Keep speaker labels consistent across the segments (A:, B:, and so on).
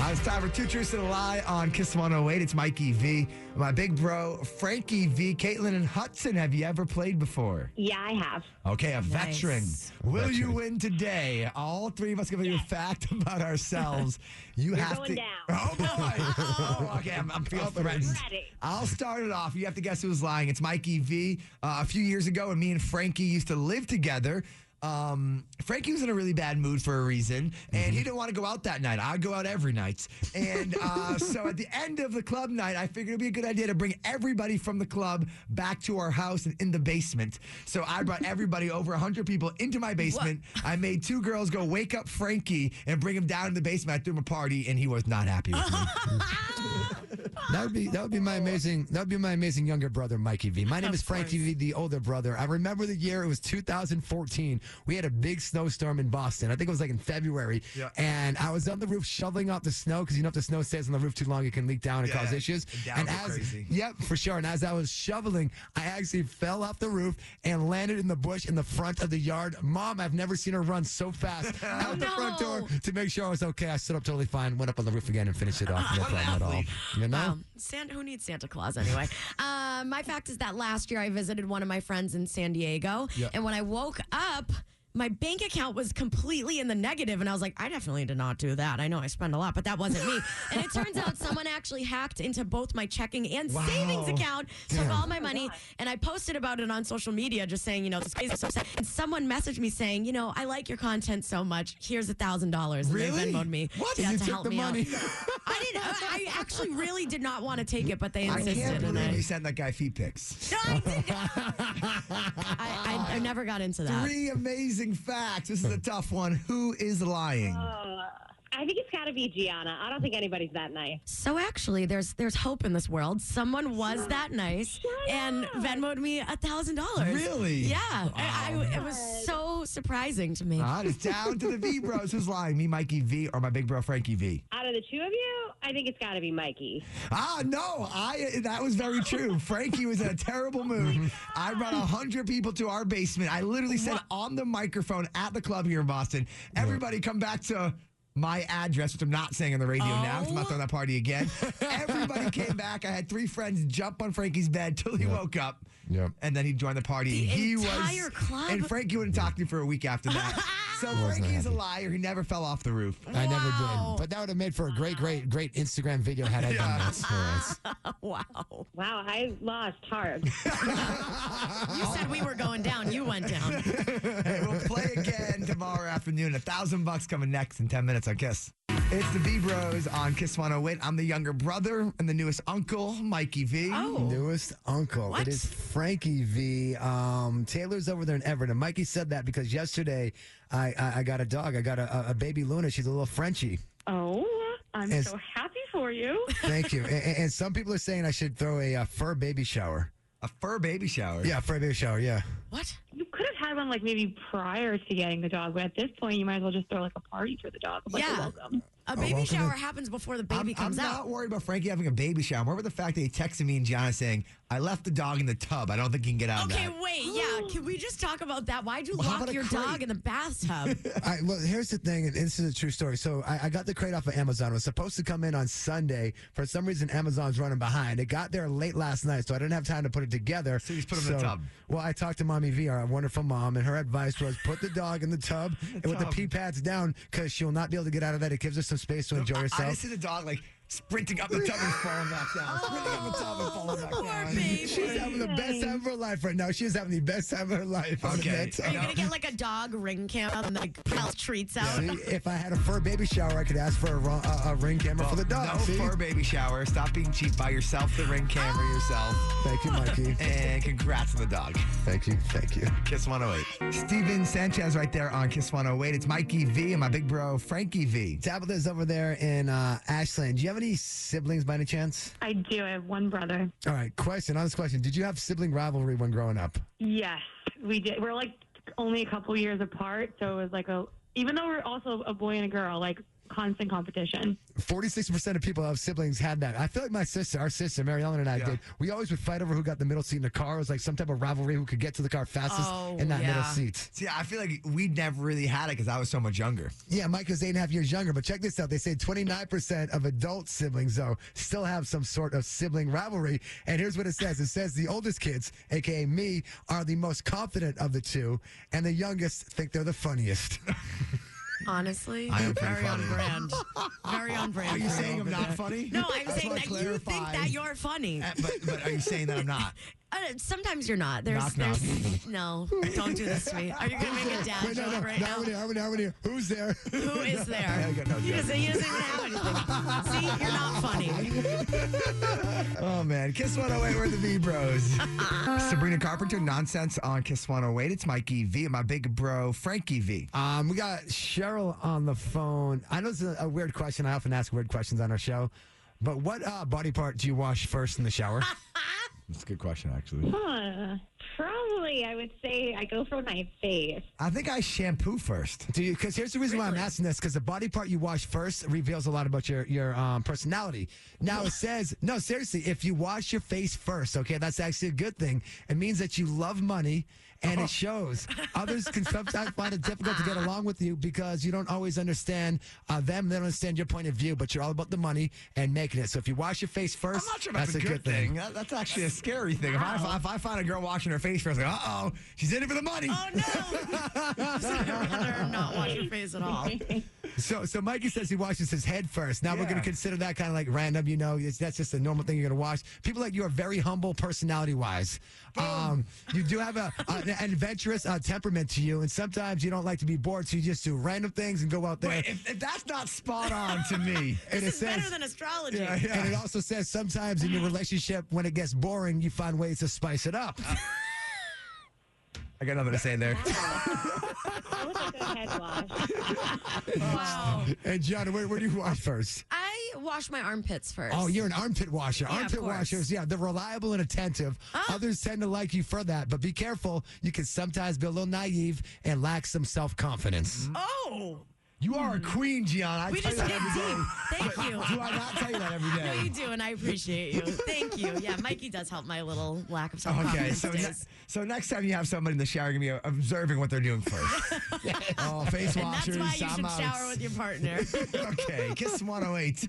A: Uh, it's time for Two Truths and a Lie on Kiss 108. It's Mikey V, my big bro, Frankie V, Caitlin and Hudson. Have you ever played before?
B: Yeah, I have.
A: Okay, a veteran. Will you win today? All three of us give you a fact about ourselves. You
B: You're
A: have
B: going
A: to.
B: down.
A: Oh boy! oh, okay, I'm, I'm feeling threatened.
B: ready.
A: I'll start it off. You have to guess who's lying. It's Mikey V. Uh, a few years ago, and me and Frankie used to live together. Um, Frankie was in a really bad mood for a reason, and he didn't want to go out that night. I go out every night, and uh, so at the end of the club night, I figured it'd be a good idea to bring everybody from the club back to our house and in the basement. So I brought everybody over 100 people into my basement. I made two girls go wake up Frankie and bring him down in the basement. I threw him a party, and he was not happy with me.
C: That would be that would be my amazing that would be my amazing younger brother Mikey V. My name is Frankie V, the older brother. I remember the year it was 2014. We had a big snowstorm in Boston. I think it was like in February,
A: Yeah.
C: and I was on the roof shoveling off the snow because you know if the snow stays on the roof too long, it can leak down and
A: Yeah,
C: cause issues.
A: and down
C: and
A: go
C: as
A: crazy.
C: yep for sure. And as I was shoveling, I actually fell off the roof and landed in the bush in the front of the yard. Mom, I've never seen her run so fast out the front door to make sure I was okay. I stood up totally fine, went up on the roof again, and finished it off. No
A: What an
C: problem at all.
A: athlete.
C: You know.
D: Wow. Santa, Um, who needs Santa Claus anyway? uh, my fact is that last year I visited one of my friends in San Diego. And when I woke up, my bank account was completely in the negative, and I was like, I definitely did not do that. I know I spend a lot, but that wasn't me. and it turns out someone actually hacked into both my checking and savings account, took all my money, and I posted about it on social media, just saying, you know, this crazy so upset. And someone messaged me saying, you know, I like your content so much. Here's a thousand dollars.
A: Really?
D: And they Venmoed me.
A: What?
D: Yeah,
A: You
D: to
A: took
D: help
A: the
D: me out.
A: money.
D: I didn't. I I actually really did not want to take it, but they
A: I can't
D: insisted, and
A: believe
D: I,
A: you sent that guy feet pics.
D: no, I, didn't. I, I, I never got into that.
A: Three amazing facts. This is a tough one. Who is lying?
B: I think it's got to be Gianna. I don't think anybody's that nice.
D: So actually, there's there's hope in this world. Someone was that nice and Venmoed me a thousand dollars.
A: Really?
D: Yeah. I, I-
C: Oh,
D: it was so surprising to me.
A: Ah, it's down to the V bros. Who's lying? Me, Mikey V, or my big bro Frankie V?
B: Out of the two of you, I think it's got to be Mikey.
A: Ah, no, I. That was very true. Frankie was in a terrible mood. I brought a hundred people to our basement. I literally said on the microphone at the club here in Boston, "Everybody, come back to." My address, which I'm not saying on the radio now, 'cause I'm not throwing that party again. Everybody came back. I had three friends jump on Frankie's bed till he woke up.
C: Yep.
A: And then he joined the party. and he
D: entire
A: was.
D: club?
A: And Frankie wouldn't talk to me for a week after that. so Frankie's a liar. He never fell off the roof.
C: I never did. But that would have made for a great, great, great Instagram video had I done that. So it's-
D: Wow.
B: Wow, I lost hard.
D: You said we were going down. You went down.
A: Hey, we'll play again tomorrow afternoon. A thousand bucks coming next in 10 minutes on Kiss. It's the V Bros on Kiss 108. I'm the younger brother and the newest uncle, Mikey V.
D: Oh.
C: Newest uncle.
D: What?
C: It is Frankie V. Um, Taylor's over there in Everett. And Mikey said that because yesterday I, I, I got a dog. I got a, a- a baby Luna. She's a little Frenchie.
B: Oh, I'm
C: Yes.
B: so happy for you.
C: Thank you. and, and- and some people are saying I should throw a, uh fur baby shower.
A: A fur baby shower.
C: Yeah, fur baby shower. Yeah.
D: What?
B: You could have had one like maybe prior to getting the dog, but at this point, you might as well just throw like a party for the dog. Like,
D: Yeah.
B: welcome.
D: A baby
C: welcome
D: shower happens before the baby
A: I'm,
D: comes
A: I'm
D: out.
A: not worried about Frankie having a baby shower. I'm worried about the fact that he texted me and Gianna saying, I left the dog in the tub. I don't think he can get out
D: Okay,
A: of that.
D: wait, yeah. Can we just talk about that? Why'd you
A: Well, how about
D: lock
A: a
D: your
A: crate?
D: dog in the bathtub?
C: I, well, here's the thing, and this is a true story. So I, I got the crate off of Amazon. It was supposed to come in on Sunday. For some reason, Amazon's running behind. It got there late last night, so I didn't have time to put it together.
A: So you just put 'em in the tub.
C: Well, I talked to Mommy V, our wonderful mom, and her advice was put the dog in the tub and with the pee pads down because she'll not be able to get out of that. It gives her some some space to enjoy yourself.
A: I just see the dog like sprinting up the tub and falling back down. Sprinting up the tub and falling back
D: Poor
A: down.
D: baby.
C: She's having the best time of her life right now. She's having the best time of her life. on the
A: Okay.
C: med
D: Are
C: tub.
D: you gonna get like a dog ring cam out and like pelt treats out?
C: See, if I had a fur baby shower, I could ask for a, ro- a, a ring camera for the dog.
A: No
C: see? Ah!
A: fur baby shower. Stop being cheap. Buy yourself the ring camera yourself.
C: Thank you, Mikey.
A: And congrats on the dog.
C: Thank you. Thank you.
A: Kiss 108. Steven Sanchez right there on Kiss 108. It's Mikey V and my big bro Frankie V.
C: Tabitha's over there in uh, Ashland. Do you have any siblings by any chance?
B: I do. I have one brother.
C: All right. Question. Honest question. Did you have sibling rivalry when growing up?
B: Yes, we did. We're like only a couple years apart, so it was like a. Even though we're also a boy and a girl, like constant competition.
C: 46% of people have siblings had that. I feel like my sister, our sister, Mary Ellen and I
A: Yeah.
C: did. We always would fight over who got the middle seat in the car. It was like some type of rivalry who could get to the car fastest
D: Oh,
C: in that middle
D: yeah.
C: seat.
A: See, I feel like we never really had it because I was so much younger.
C: Yeah, Mike is eight and a half years younger, but check this out. They say 29% of adult siblings, though, still have some sort of sibling rivalry. And here's what it says it says the oldest kids, aka me, are the most confident of the two, and the youngest think they're the funniest.
D: Honestly,
A: I am pretty
D: very on
A: funny.
D: brand. Very on brand.
A: Are you
D: for
A: saying I'm
D: over
A: not
D: there.
A: funny?
D: No, I'm
A: That's
D: saying
A: why I
D: that you think
A: clarified.
D: that you're funny.
A: Uh, But, but are you saying that I'm not?
D: Uh, sometimes you're not. There's,
A: Knock, knock.
D: there's no. Don't do this to me. Are you gonna make a dad
C: Wait,
D: joke
C: no, no,
D: right
C: now
D: now?
C: we're here, we're here, we're here. Who's there?
D: Who is
A: I
D: there?
A: got no
D: he,
A: joke.
D: doesn't, he doesn't even have anything. See, you're not funny.
A: Oh man, Kiss 108, we're the V Bros. Sabrina Carpenter, nonsense on Kiss 108. It's Mikey V and my big bro Frankie V.
C: Um, we got Cheryl on the phone. I know this is a weird question. I often ask weird questions on our show, but what uh, body part do you wash first in the shower?
A: That's a good question, actually.
B: Huh. Probably, I would say I go for my face.
A: I think I shampoo first.
C: Do you? Because here's the reason why I'm asking this. Because the body part you wash first reveals a lot about your your um, personality. Now it says no. Seriously, if you wash your face first, okay, that's actually a good thing. It means that you love money, and
A: Oh.
C: it shows. Others can sometimes find it difficult to get along with you because you don't always understand uh, them. They don't understand your point of view, but you're all about the money and making it. So if you wash your face 1st
A: I'm not sure if
C: that's, a good thing.
A: That- That's actually a scary thing. If I, if I- if I find a girl washing her face first, like, uh oh, she's in it for the money.
D: Oh no! so I'd rather not wash your face at all.
C: So, so Mikey says he washes his head first. Now we're
A: Yeah.
C: going to consider that kind of like random. You know, it's, that's just a normal thing you're going to wash. People like you are very humble personality wise.
A: Oh.
C: Um, you do have a, a- an adventurous uh, temperament to you, and sometimes you don't like to be bored, so you just do random things and go out there.
A: Wait, if, if that's not spot on to me.
C: and it
D: This is
C: says-
D: better than astrology.
C: And it also says sometimes in your relationship, when it gets boring, you find ways to spice it up.
A: I got nothing to say there.
B: That was a good head wash.
D: Wow.
C: and John, where, where do you wash first?
D: I wash my armpits first.
C: Oh, you're an armpit washer.
D: of
C: armpit
D: course. Ah.
C: washers, yeah, they're reliable and attentive. Others tend to like you for that, but be careful. You can sometimes be a little naive and lack some self confidence.
D: Oh,
A: You are a queen, Gian. I
D: we
A: tell
D: just
A: you
D: dig
A: that every day.
D: deep. Thank you.
A: Do I not tell you that every
D: No,
A: day?
D: you do, and I appreciate you. Thank you. Yeah, Mikey does help my little lack of
A: Okay,
D: self-confidence.
A: so ne-
D: days.
A: so next time you have somebody in the shower, you're gonna be observing what they're doing first. Oh, face
D: and that's
A: washers.
D: why you should
A: timeouts.
D: shower with your partner.
A: okay, Kiss 108.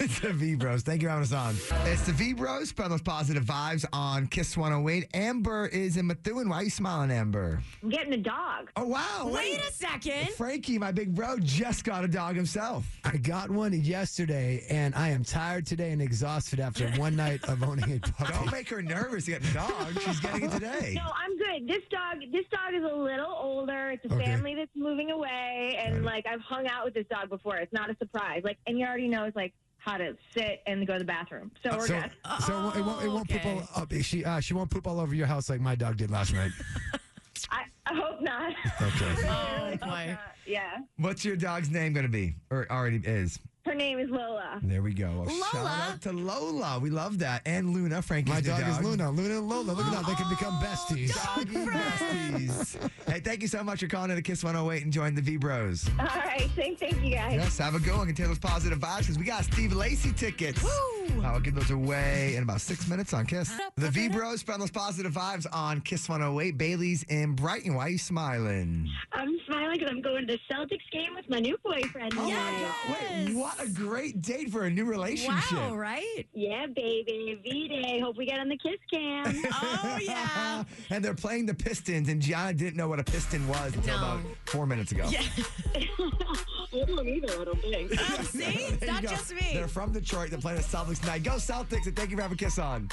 A: it's the V Bros. Thank you for having us on. It's the V Bros. Spread those positive vibes on Kiss 108. Amber is in Methuen. Why are you smiling, Amber?
B: I'm getting a dog.
A: Oh, wow.
D: Wait a second.
A: Frankie, my big bro, just got a dog himself.
C: I got one yesterday, and I am tired today and exhausted after one night of owning a
A: Don't
C: puppy.
A: make her nervous to get the dog. She's getting it today.
B: No, I'm good. This dog, this dog is a little older. It's a
C: Okay.
B: family that's moving away, and like I've hung out with this dog before. It's not a surprise. Like, and he already knows like how to sit and go to the bathroom. So we're
C: Uh, So,
B: good.
C: so it won't, it won't, it won't
D: Oh, Okay.
C: poop all up. She uh, she won't poop all over your house like my dog did last night.
B: I, I hope not.
C: Okay.
D: Oh boy.
B: yeah,
A: What's your dog's name going to be? Or already is.
B: her name is Lola.
A: There we go. Well, Shout
D: Lola.
A: out to Lola. We love that. And Luna, Frankie's
C: My
A: new
C: dog is Luna. Luna and Lola. Look at that. They can
D: Oh,
C: become besties.
A: Doggy besties. Hey, thank you so much for calling in to Kiss 108 and join the V Bros.
B: All right, thank, thank you guys.
A: Yes, have a go and continue those positive vibes because we got Steve Lacey tickets. Woo! I'll give those away in about six minutes on Kiss. The V Bros spread those positive vibes on Kiss 108. Bailey's in Brighton. Why are you smiling?
B: I'm smiling because I'm going to the Celtics game with Oh my new boyfriend.
A: Oh Wait, what a great date for a new relationship.
D: Wow, right?
B: Yeah, baby, V Day. Hope we get on the kiss cam.
D: Oh yeah.
A: and they're playing the Pistons, and Gianna didn't know what a piston was until
D: No.
A: about four minutes ago.
D: Yeah.
B: Midland either, I don't think.
D: Oh, see? It's
A: There you
D: not
A: go.
D: just me.
A: They're from Detroit. They're playing at Celtics tonight. Go Celtics, and thank you for having Kiss on.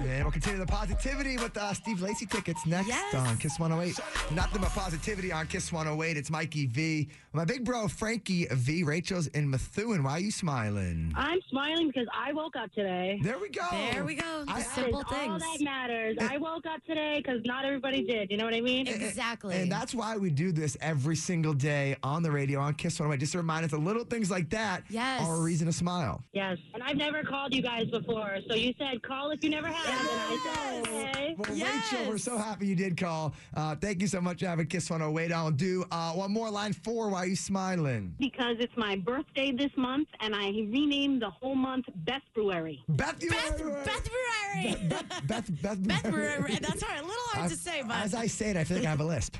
A: And we'll continue the positivity with uh, Steve Lacey tickets next
D: Yes.
A: on Kiss 108. Nothing but positivity on Kiss 108. It's Mikey V. My big bro, Frankie V. Rachel's in Methuen. Why are you smiling?
B: I'm smiling because I woke up today.
A: There we go.
D: There we go. The
A: I-
D: simple
B: That is All
D: things.
B: that matters. I woke up today because not everybody did. You know what I mean?
D: Exactly.
A: And that's why we do this every single day on the radio on Kiss 108. Just to remind us that little things like that
D: Yes.
A: are a reason to smile.
B: Yes. And I've never called you guys before, so you said call if you never have, and I said okay.
A: Well,
D: Yes.
A: Rachel, we're so happy you did call. Uh, thank you so much for having Kiss 108 on. Do uh, one more line four. Why are you smiling?
B: Because it's my birthday this month, and I renamed the whole month Best Brewery.
A: Beth, you
D: Beth, Beth Ferrari.
A: Beth, Beth,
D: Beth Ferrari. That's hard. A little hard to say, but
A: As I say it, I feel like I have a lisp.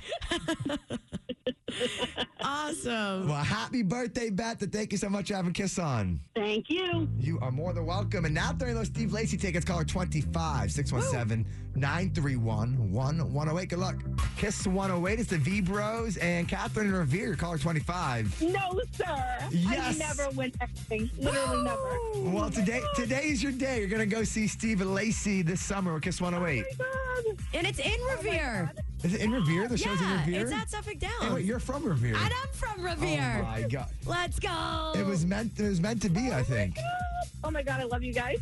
D: awesome.
A: Well, happy birthday, Beth, and thank you so much for having Kiss on.
B: Thank you.
A: You are more than welcome. And now, during those Steve Lacey tickets, caller 25 617 931 1108. Good luck. Kiss 108 is the V Bros and Catherine Revere, caller 25.
B: No, sir.
A: Yes.
B: I never win anything. Literally never.
A: Well, today today is your day. You're going to go see Steve Lacey this summer with Kiss 108.
D: And it's in Revere.
A: Is it in Revere? Oh The show's in
D: yeah,
A: Revere?
D: it's at Suffolk
A: Hey, wait,
D: Downs.
A: you're from Revere.
D: and I'm from Revere. Oh.
A: Oh, my God.
D: Let's go.
A: It was meant. It was meant to be, I think.
B: Oh my God, I love you guys.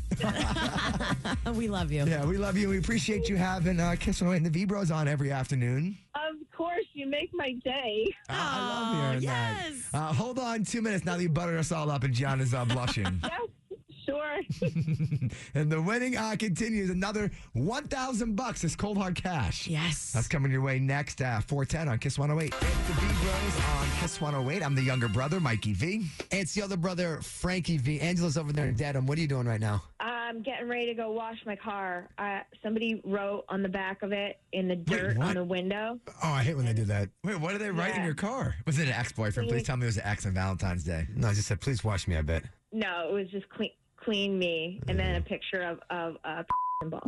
D: Oh, we love you.
A: Yeah, we love you. We appreciate you having uh, Kiss 108 and the V Bros on every afternoon. Uh,
B: of course, you make my day.
A: I- I love hearing that.
D: yes.
A: Uh, hold on two minutes now that you buttered us all up and John is uh, blushing.
B: Yes, sure.
A: and the winning uh, continues. Another 1000 bucks is cold hard cash.
D: Yes.
A: That's coming your way next uh, 410 on Kiss 108. It's the V Bros on Kiss 108. I'm the younger brother, Mikey V.
C: It's the other brother, Frankie V. Angela's over there in Dedham. What are you doing right now?
E: I'm getting ready to go wash my car. Uh, somebody wrote on the back of it in the dirt
A: what?
E: on the window.
C: Oh, I hate when they do that.
A: Wait, what did they write in
E: Yeah.
A: your car? Was it an ex boyfriend? Please tell me it was an ex on Valentine's Day.
C: No, I just said, please watch me, I bet.
E: No, it was just clean, clean me, and then a picture of of a symbol.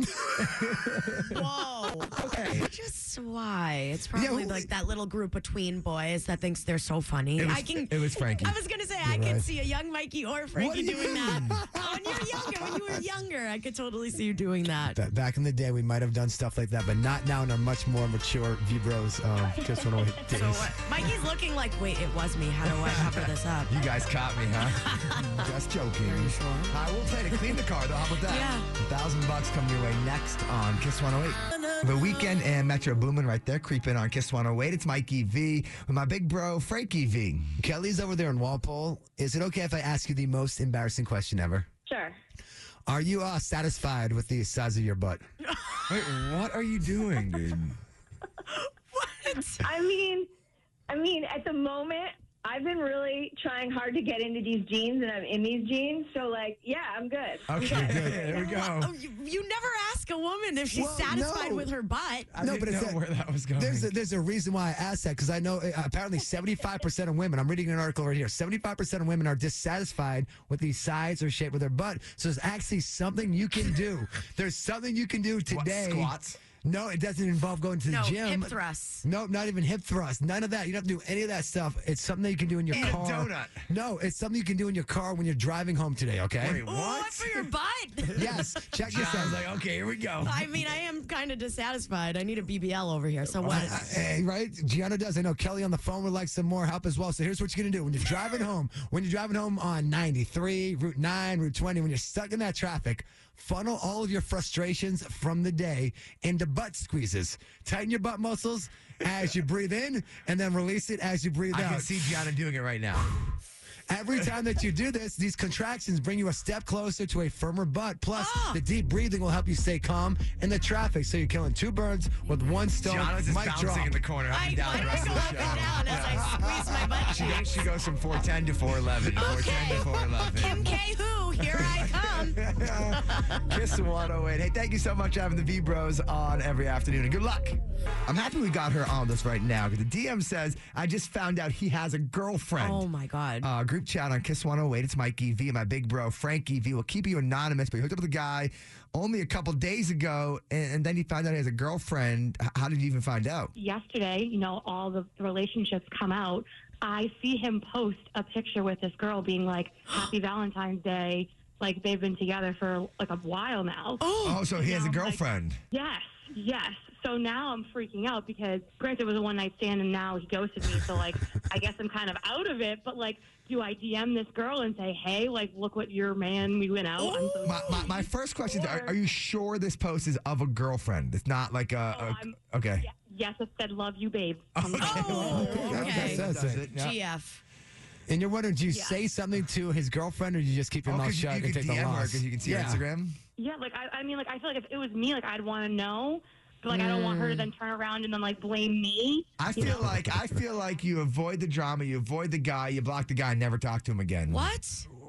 D: Whoa.
A: Oh, Okay.
D: Just why? It's probably
A: who-
D: like that little group of tween boys that thinks they're so funny.
A: It was-
D: I can.
A: it was Frankie.
D: I was gonna say I can see a young Mikey or Frankie
A: do you
D: doing
A: mean?
D: that. Oh, when you're younger, when you were younger, I could totally see you doing that.
C: Ba- Back in the day, we might have done stuff like that, but not now in our much more mature V Bros um, Kiss 108 days.
D: So what? Mikey's looking like, wait, it was me. How do I cover this up?
A: You guys caught me, huh? Just joking.
D: Are you sure?
A: I will play to clean the car, though. How about that?
D: Yeah.
A: A thousand bucks coming your way next on Kiss 108. The weekend and Metro Boomin right there, creeping on Kiss 108. It's Mikey V with my big bro, Frankie V.
C: Kelly's over there in Walpole. Is it okay if I ask you the most embarrassing question ever?
E: Sure.
C: Are you uh, satisfied with the size of your butt?
A: Wait, what are you doing, dude?
E: I mean, I mean, at the moment, I've been really trying hard to get into these jeans, and I'm in these jeans. So, like, yeah, I'm good.
A: Okay, good. There we go.
D: Oh, you, you never ask a woman if she's
C: Well,
D: satisfied
C: no.
D: with her butt.
A: I
C: No,
A: didn't
C: but it's
A: know
C: that-
A: where that was going.
C: There's a, there's a reason why I asked that because I know uh, apparently 75% of women, I'm reading an article right here, 75% of women are dissatisfied with the size or shape of their butt. So there's actually something you can do. There's something you can do today.
A: squats?
C: No, it doesn't involve going to the
D: No,
C: gym.
D: hip thrusts.
C: Nope, not even hip thrust. None of that. You don't have to do any of that stuff. It's something that you can do in your
A: Eat a
C: car.
A: donut.
C: No, it's something you can do in your car when you're driving home today, okay?
A: Wait,
D: Ooh,
A: what?
D: for your butt?
C: Yes, check this
A: I
C: out.
A: was like, okay, here we go.
D: I mean, I am kind of dissatisfied. I need a BBL over here. So what?
C: Uh, Hey, right? Gianna does. I know Kelly on the phone would like some more help as well. So here's what you're gonna do when you're driving home. When you're driving home on 93, Route 9, Route 20, when you're stuck in that traffic, funnel all of your frustrations from the day into butt squeezes. Tighten your butt muscles as you breathe in, and then release it as you breathe
A: I
C: out.
A: can see Gianna doing it right now.
C: Every time that you do this, these contractions bring you a step closer to a firmer butt. Plus,
A: Ah!
C: the deep breathing will help you stay calm in the traffic. So you're killing two birds with one stone.
A: Gianna's just
C: Mic
A: bouncing
C: drop.
A: in the corner, up
D: I
A: and down
D: might
A: the rest
D: go
A: of the
D: up
A: show.
D: and down as I squeeze my butt
A: She,
D: cheeks.
A: she goes from 410 to 411. 410 to 411.
D: Kim K. Who? Here I come.
A: Kiss the 108. Hey, thank you so much for having the V Bros on every afternoon, and good luck. I'm happy we got her on this right now because the DM says I just found out he has a girlfriend.
D: Oh my God.
A: Uh, group chat on Kiss 108. It's Mike EV and my big bro, Frank EV. will keep you anonymous, but he hooked up with a guy only a couple days ago, and, and then he found out he has a girlfriend. H- how did you even find out?
B: Yesterday, you know, all the relationships come out. I see him post a picture with this girl being like, Happy Valentine's Day. Like they've been together for like a while now.
A: Oh, so he has a
B: Now I'm like,
A: girlfriend.
B: Yes, yes. So now I'm freaking out because granted it was a one night stand and now he ghosted me. So like I guess I'm kind of out of it, but like do I DM this girl and say, Hey, like look what your man we went out? Oh, I'm so
A: My, my, my first question is are, are you sure this post is of a girlfriend? It's not like a.
B: I'm-
A: a okay.
B: yes, it said love you, babe. Oh.
C: okay. That says it. Yeah.
D: GF.
C: And you're wondering, do you
B: Yeah.
C: say something to his girlfriend, or do you just keep your
A: Oh,
C: mouth
A: 'cause you-
C: shut
A: you
C: and
A: could
C: take the
A: DM her
C: loss?
A: 'cause you can see her Instagram.
B: Yeah, like I, I mean, like I feel like if it was me, like I'd want to know, but like I don't want her to
E: Mm.
B: then turn around and then like blame me.
A: I
B: you
A: feel
B: know?
A: like I feel like you avoid the drama, you avoid the guy, you block the guy, and never talk to him again.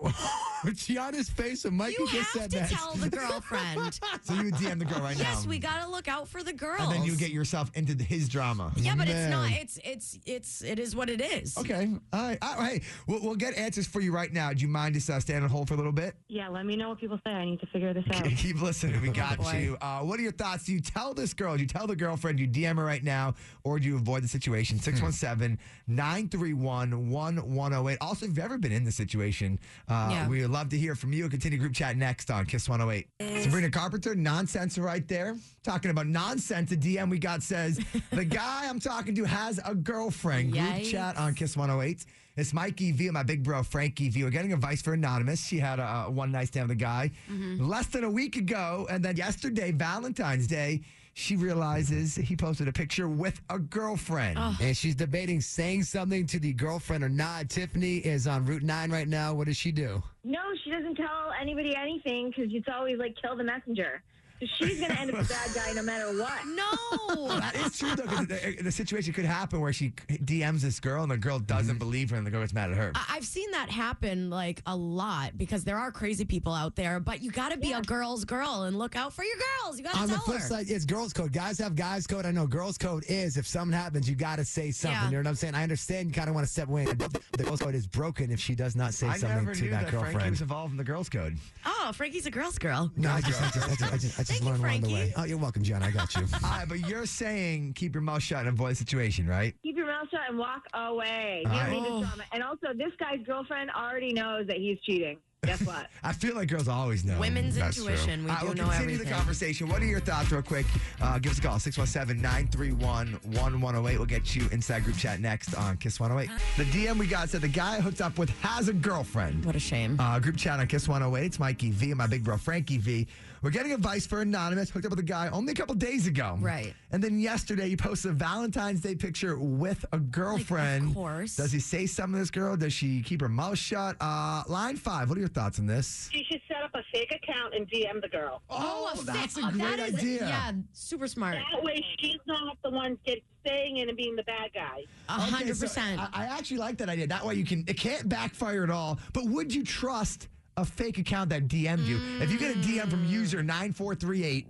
D: What?
C: Gianna's face when Mikey
D: You
C: just
D: have
C: said
D: to
C: that.
D: tell the girlfriend.
A: So you would DM the girl right now.
D: yes, we gotta look out for the girls.
A: And then you get yourself into the- his drama.
D: yeah, but it's not. It's it's it's it is what it is.
A: Okay. All right. All right. Hey, we'll, we'll get answers for you right now. Do you mind just uh, staying on hold for a little bit?
B: yeah, let me know what people say. I need to figure this out.
A: Keep listening. We got
D: Oh, boy.
A: you. Uh, what are your thoughts? Do you tell this girl, do you tell the girlfriend, do you DM her right now, or do you avoid the situation?
D: Hmm.
A: 617 931 1108. Also, if you've ever been in this situation, uh,
D: Yeah.
A: we would love to hear from you. Continue group chat next on Kiss 108. Sabrina Carpenter, nonsense right there. Talking about nonsense. The DM we got says, the guy I'm talking to has a girlfriend. Group
D: Yikes.
A: chat on Kiss 108. It's Mikey V and my big bro Frankie V. We're getting advice for Anonymous. She had a, a one night stand with a guy less than a week ago. And then yesterday, Valentine's Day, she realizes he posted a picture with a girlfriend.
C: And she's debating saying something to the girlfriend or not. Tiffany is on Route 9 right now. What does she do?
E: No, she doesn't tell anybody anything because it's always like kill the messenger. So she's gonna end up a bad guy no matter what.
D: No.
A: That is true, though, 'cause the, eh, the situation could happen where she DMs this girl and the girl doesn't believe her and the girl gets mad at her.
D: Mm-hmm. I- I've seen that happen like a lot because there are crazy people out there, but you got to be a girl's girl and look out for your girls. You got
C: On
D: to
C: the
D: tell
C: flip
D: her.
C: side, it's girls' code. Guys have guys' code. I know girls' code is if something happens, you got to say something.
D: Yeah.
C: You know what I'm saying? I understand you kind of want to step away. but The girls' code is broken if she does not say
A: I
C: something
A: never
C: to
A: knew
C: that,
A: that, Frankie
C: girlfriend.
A: was involved in the girls' code.
D: Oh, Frankie's a girl's girl.
C: no, I just, I just, I just, I just, I just
D: Thank you,
C: learned along the way.
D: Frankie.
C: Oh, you're welcome, John. I got you.
A: All right, but you're saying keep your mouth shut and avoid the situation, right?
E: Keep your mouth shut and walk away. You
A: All right.
E: don't need this drama. And also, this guy's girlfriend already knows that he's cheating. Guess what?
A: I feel like girls always know.
D: Women's
A: That's
D: intuition.
A: True. All
D: We
A: right,
D: do
A: we'll
D: know
A: continue the
D: everything.
A: conversation. What are your thoughts, real quick? Uh, give us a call 617 931 1108. We'll get you inside group chat next on Kiss 108. The DM we got said the guy I hooked up with has a girlfriend.
D: What a shame.
A: Uh, group chat on Kiss 108. It's Mikey V and my big bro Frankie V. We're getting advice for Anonymous. Hooked up with a guy only a couple days ago.
D: Right.
A: And then yesterday, he posted a Valentine's Day picture with a girlfriend.
D: of course.
A: Does he say something to this girl? Does she keep her mouth shut? Uh, line five. What are your thoughts on this?
F: She should set up a fake account and DM the girl.
A: Oh,
D: a
A: that's
D: fa-
A: a
D: oh,
A: great
D: that is-
A: idea.
D: Yeah, super smart.
F: That way, she's not the one get staying in and being the bad guy.
D: A
A: Okay,
D: hundred
A: so
D: percent.
A: I, I actually like that idea. That way you can it can't backfire at all. But would you trust a fake account that DM'd you? If you get a DM from user nine four three eight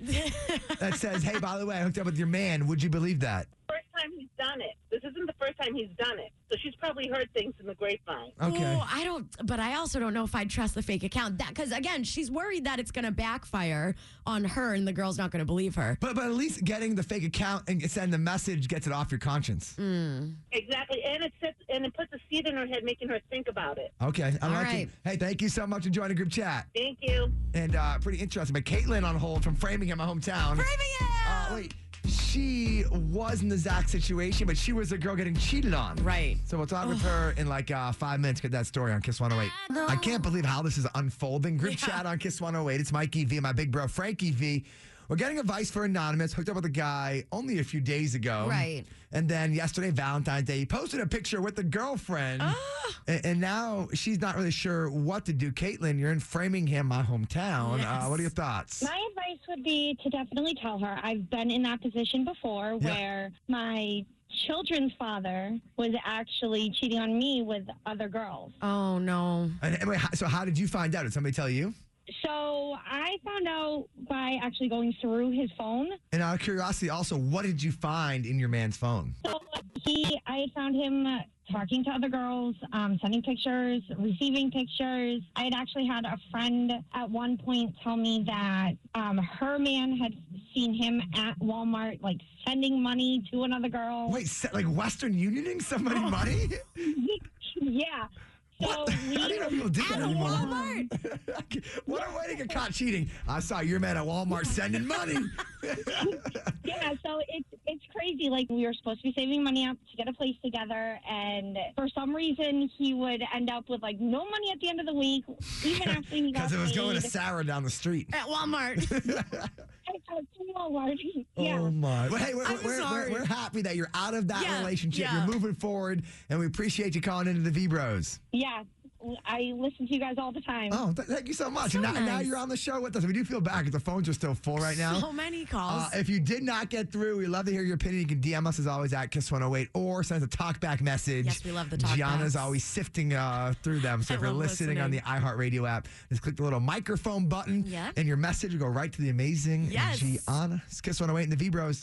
A: that says, "Hey, by the way, I hooked up with your man," would you believe that?
F: First time he's done it. This isn't the first time he's done it. So she's probably heard things in the grapevine.
A: Okay.
D: Ooh, I don't, but I also don't know if I'd trust the fake account. That because again, she's worried that it's going to backfire on her, and the girl's not going to believe her.
A: But but at least getting the fake account and send the message gets it off your conscience.
D: Mm.
F: Exactly, and it sets and it puts a seed in her head, making her think about it.
A: Okay, I
D: All
A: like
D: right.
A: it. Hey, thank you so much for joining group chat.
F: Thank you.
A: And uh, pretty interesting. But Caitlin on hold from Framingham, my hometown.
F: Oh,
A: Uh, wait, she was in the Zach situation, but she was the girl getting cheated on.
D: Right. Oh.
A: So we'll talk with her in like uh, five minutes. Get that story on Kiss 108. I can't believe how this is unfolding. Group chat on Kiss 108. It's Mikey V and my big bro Frankie V. We're getting advice for Anonymous. Hooked up with a guy only a few days ago.
D: Right.
A: And then yesterday, Valentine's Day, he posted a picture with a girlfriend.
D: Ah.
A: And, and now she's not really sure what to do. Caitlin, you're in Framingham, my hometown. Uh, what are your thoughts?
F: My advice would be to definitely tell her. I've been in that position before
A: Yeah.
F: where my children's father was actually cheating on me with other girls.
D: Oh no.
A: And, and wait, how- so how did you find out? Did somebody tell you?
F: So I found out by actually going through his phone.
A: And out of curiosity, also, what did you find in your man's phone?
F: So he, I had found him uh, talking to other girls, um, sending pictures, receiving pictures. I had actually had a friend at one point tell me that um, her man had
B: seen him at Walmart, like sending money to another girl.
A: Wait, se- like Western Unioning somebody
B: Oh.
A: money?
B: yeah. So we
A: I didn't know people did that anymore. what a way to get caught cheating. I saw your man at Walmart sending money.
B: yeah, so it's it's crazy. Like we were supposed to be saving money up to get a place together, and for some reason he would end up with like no money at the end of the week, even after he got
A: Because it was
B: paid.
A: going to Sarah down the street.
D: At Walmart.
B: Walmart. yeah.
A: Oh my! Well, hey, we're,
B: I'm
A: we're- we're,
B: sorry.
A: we're happy that you're out of that
B: Yeah,
A: relationship.
B: yeah.
A: You're moving forward, and we appreciate you calling into the V Bros.
B: Yeah, I listen to you guys all the time.
A: Oh, th- thank you so much. and now, now you're on the show with us. We do feel bad because the phones are still full right now.
D: So many calls.
A: Uh, if you did not get through, we love to hear your opinion. You can DM us as always at Kiss108 or send us a talkback message.
D: Yes, we love the talkbacks.
A: Gianna's always sifting uh, through them. So
D: I
A: if you're
D: love
A: listening, on the
D: listening.
A: iHeartRadio app, just click the little microphone button
D: Yeah.
A: and your message will go right to the amazing
D: Yes.
A: Gianna. It's Kiss108 and the V Bros.